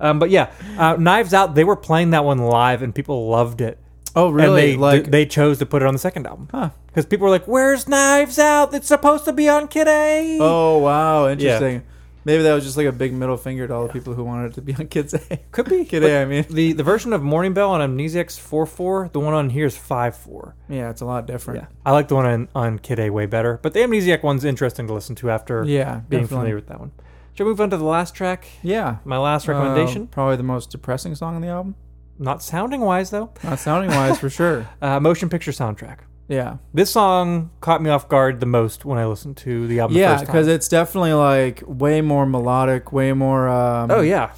um, but yeah uh, knives out they were playing that one live and people loved it
Oh,
And
really?
they,
like,
they chose to put it on the second album.
Huh.
Because people were like, "Where's Knives Out? It's supposed to be on Kid A."
oh wow, interesting. Maybe that was just like a big middle finger to all the people who wanted to be on Kids A.
could be
Kid
But
A, I mean.
the the version of Morning Bell on Amnesiac's four four. The one on here is five four.
Yeah, it's a lot different.
I like the one on, on Kid A way better, but the Amnesiac one's interesting to listen to after
Yeah,
being
definitely.
familiar with that one. Should we move on to the last track?
Yeah.
My last
Uh,
recommendation.
probably the most depressing song on the album.
Not sounding wise though.
Not sounding wise for sure.
Uh, motion picture soundtrack.
Yeah.
This song caught me off guard the most when I listened to the album.
Yeah,
the first
because
time.
it's definitely like way more melodic, way more. Um,
oh yeah,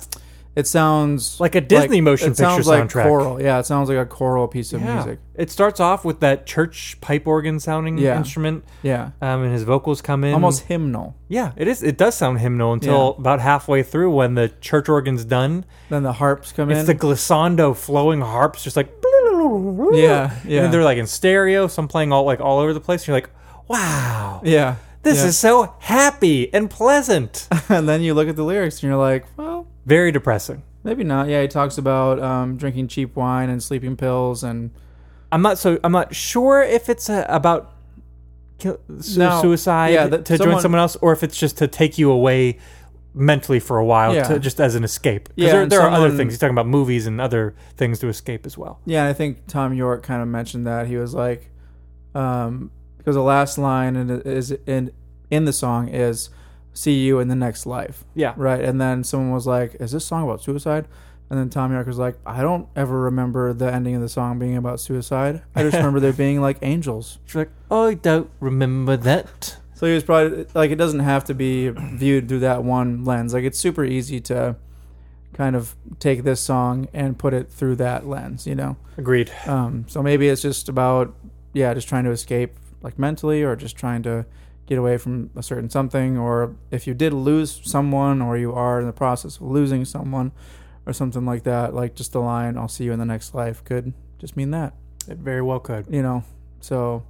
It sounds
Like a Disney motion
it
picture
sounds like
soundtrack.
choral. Yeah, it sounds like a choral piece of
Yeah.
music.
It starts off with that church pipe organ sounding
Yeah.
instrument,
Yeah,
um, and his vocals come in
almost hymnal.
Yeah, it is. It does sound hymnal until about halfway through when the church organ's done.
Then the harps come in.
It's the glissando flowing harps, just like
Yeah,
And
yeah.
then they're like in stereo, some playing all like all over the place. And you're like, wow,
yeah,
this
yeah.
is so happy and pleasant.
and then you look at the lyrics and you're like, well,
Very depressing.
maybe not. Yeah, he talks about um, drinking cheap wine and sleeping pills and
I'm not so. I'm not sure if it's uh about kill, su-
No.
suicide
Yeah, that-
to join
someone-
someone else, or if it's just to take you away mentally for a while,
Yeah.
to, just as an escape. 'Cause
Yeah,
there,
and
there are other
someone-
things. He's talking about movies and other things to escape as well.
Yeah, and I think Tom York kind of mentioned that he was like, um, because the last line in, is in in the song is "See you in the next life,"
Yeah,
right? And then someone was like, "Is this song about suicide?" And then Tom York was like, "I don't ever remember the ending of the song being about suicide. I just remember there being like angels."
She's like, "Oh, I don't remember that.
So he was probably like, it doesn't have to be viewed through that one lens. Like it's super easy to kind of take this song and put it through that lens, you know.
Agreed.
Um, so maybe it's just about yeah, just trying to escape like mentally, or just trying to get away from a certain something, or if you did lose someone, or you are in the process of losing someone, or something like that. Like just the line "I'll see you in the next life" could just mean that,
It very well could.
you know. So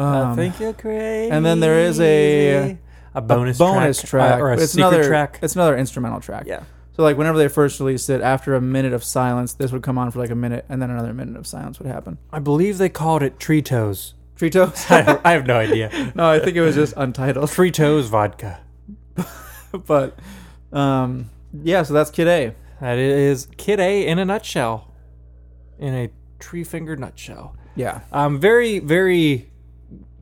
I Uh,
um,
think you're crazy.
and then there is a-
a
a
bonus
bonus
track,
track,
uh, or a
but it's
secret
another,
track.
It's another instrumental track.
Yeah.
So like whenever they first released it, after a minute of silence, this would come on for like a minute, and then another minute of silence would happen.
I believe they called it Tree Toes.
Tree toes.
I, have- I have no idea.
no, I think it was just untitled.
Tree Toes vodka.
but um, yeah, so that's Kid A.
That is Kid A in a nutshell, in a tree fingered nutshell.
Yeah,
Um, very very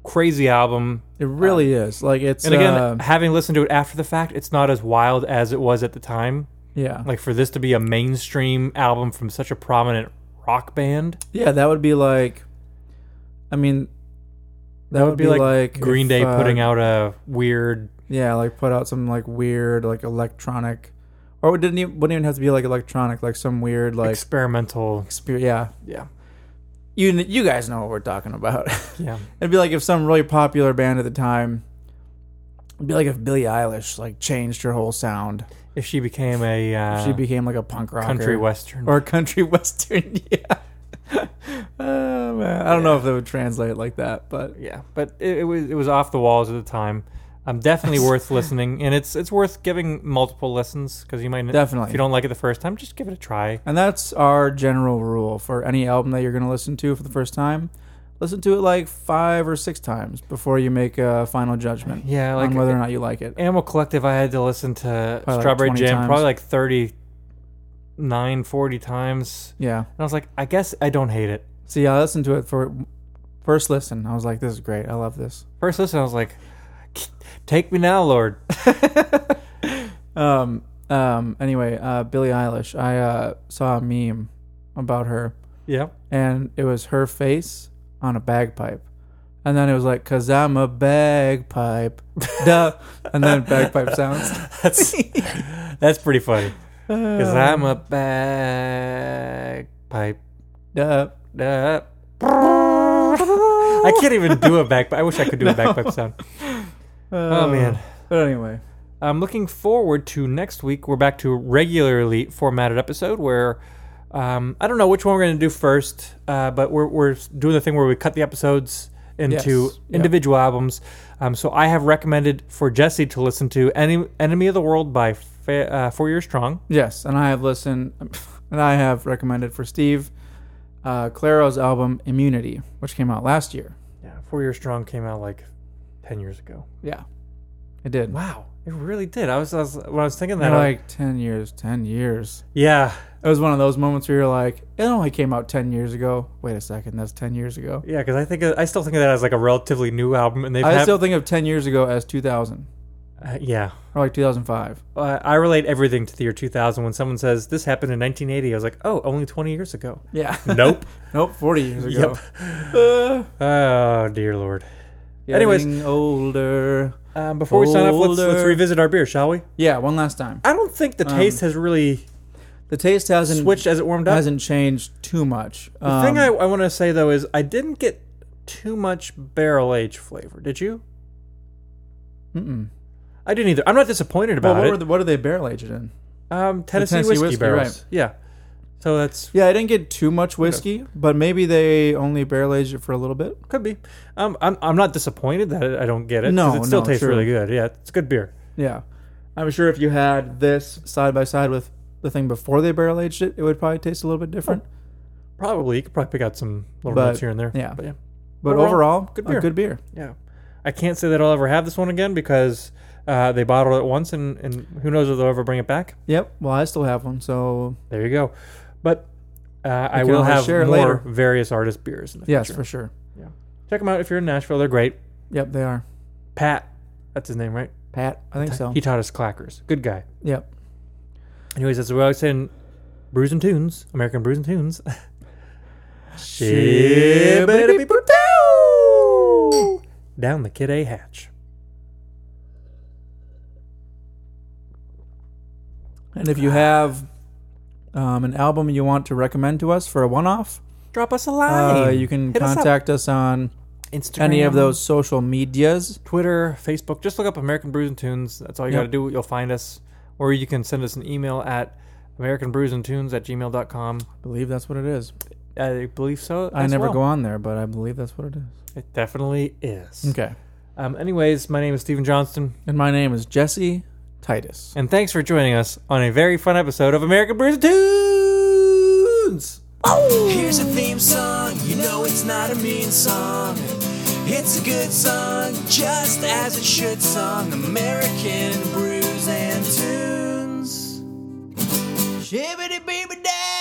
crazy album.
it really is. Like it's
Um, And again,
uh,
having listened to it after the fact, it's not as wild as it was at the time.
yeah,
Like for this to be a mainstream album from such a prominent rock band,
yeah. That would be like, I mean, that, would, be like,
Green
if,
Day
uh,
putting out a weird.
yeah, like put out some like weird like electronic, or it didn't even, wouldn't even have to be like electronic, like some weird like
experimental.
exper- yeah.
Yeah,
You kn- you guys know what we're talking about.
yeah.
It'd be like if some really popular band at the time. It'd be like if Billie Eilish like changed her whole sound.
If she became a uh,
she became like a punk rocker.
country western,
or country western. Yeah. Oh, man. I don't know if that would translate like that, but
yeah, but it, it was it was off the walls at the time. Um, definitely worth listening, and it's it's worth giving multiple listens because you might
Definitely.
if you don't like it the first time, just give it a try.
and that's our general rule for any album that you're going to listen to for the first time. Listen to it like five or six times before you make a final judgment
Yeah, like
on whether or not you like it.
Animal Collective, I had to listen to
like
Strawberry
20
Jam
times.
probably like 39, 40 times,
Yeah.
and I was like, I guess I don't hate it.
See, I listened to it for first listen. I was like, this is great. I love this.
First listen, I was like, Take me now, Lord.
Um. Um. Anyway, uh, Billie Eilish. I uh, saw a meme about her,
Yeah,
and it was her face on a bagpipe, and then it was like, "Cause I'm a bagpipe," duh, and then bagpipe sounds.
that's that's pretty funny because I'm
Uh.
a bagpipe.
Duh.
Uh, I can't even do a back. I wish I could do a backpipe sound. Oh man.
But anyway,
I'm looking forward to next week. We're back to a regularly formatted episode where um, I don't know which one we're going to do first, uh, but we're, we're doing the thing where we cut the episodes into
Yes. Yep.
individual albums. Um, so I have recommended for Jesse to listen to Any, Enemy of the World by Fa- uh, Four Years Strong.
yes, and I have listened, and I have recommended for Steve, uh, Claro's album Immunity, which came out last year.
Yeah, Four Years Strong came out like 10 years ago.
Yeah, it did.
Wow, it really did. I was, I was when I was thinking that,
They're
I was-
like ten years, ten years.
yeah,
It was one of those moments where you're like, it only came out 10 years ago. Wait a second, that's 10 years ago.
yeah, because I think I still think of that as like a relatively new album, and they've
I
had-
still think of 10 years ago as 2000.
Uh, yeah.
or like 2005.
Uh, I relate everything to the year 2000. When someone says this happened in 1980, I was like, oh, only 20 years ago.
Yeah.
Nope.
nope. 40 years ago.
Yep. oh dear lord. Anyways.
Getting older.
Um, before we sign off, let's, let's
Older.
revisit our beer, shall we? Um,
Yeah, one last time.
I don't think the taste has really
The taste hasn't
switched as it warmed up.
hasn't changed too much.
the
Um,
thing I, I want to say though is I didn't get too much barrel age flavor. Did you?
mm-mm.
I didn't either. I'm not disappointed
Well,
about
what,
it.
were the, what are they barrel aged in?
um, Tennessee,
Tennessee
whiskey,
whiskey,
barrels.
right.
Yeah. So that's
Yeah, I didn't get too much whiskey, but maybe they only barrel aged it for a little bit.
could be. Um, I'm I'm not disappointed that I don't get it. 'cause
No,
it still
no,
tastes
true.
really good. Yeah, it's good beer.
Yeah, I'm sure if you had this side by side with the thing before they barrel aged it, it would probably taste a little bit different.
Probably you could probably pick out some little
But,
notes here and there.
yeah.
but yeah.
But
Overall,
overall,
good
a
beer.
good beer.
Yeah. I can't say that I'll ever have this one again because uh, they bottled it once and, and who knows if they'll ever bring it back.
Yep. Well, I still have one, so
There you go. But uh, I
can
will
always
have
share it
more
later.
various artist beers in the
yes,
future.
for sure.
Check them out if you're in Nashville. They're great.
Yep, they are.
Pat, that's his name, right?
Pat, I think so.
He taught us clackers. Good guy.
Yep.
Anyways, that's what I always say in Brews and Tunes, American Brews and Tunes. Shibbity-boo-doo! Down the Kid A hatch.
And if you have um, an album you want to recommend to us for a one off,
Drop us a
uh,
line.
you can
Hit us up.
contact us on
Instagram.
any of those social medias.
Twitter, Facebook. Just look up American Brews and Tunes. That's all you
Yep.
got to do. You'll find us. Or you can send us an email at americanbrewsandtunes at gmail.com.
I believe that's what it is.
I believe so.
I never go on there, but I believe that's what it is.
It definitely is.
Okay.
Um, anyways, my name is Stephen Johnston,
And my name is Jesse Titus.
and thanks for joining us on a very fun episode of American Brews and Tunes.
Here's a theme song, you know it's not a mean song. It's a good song, just as it should song. American brews and tunes. Shibbity beeby da,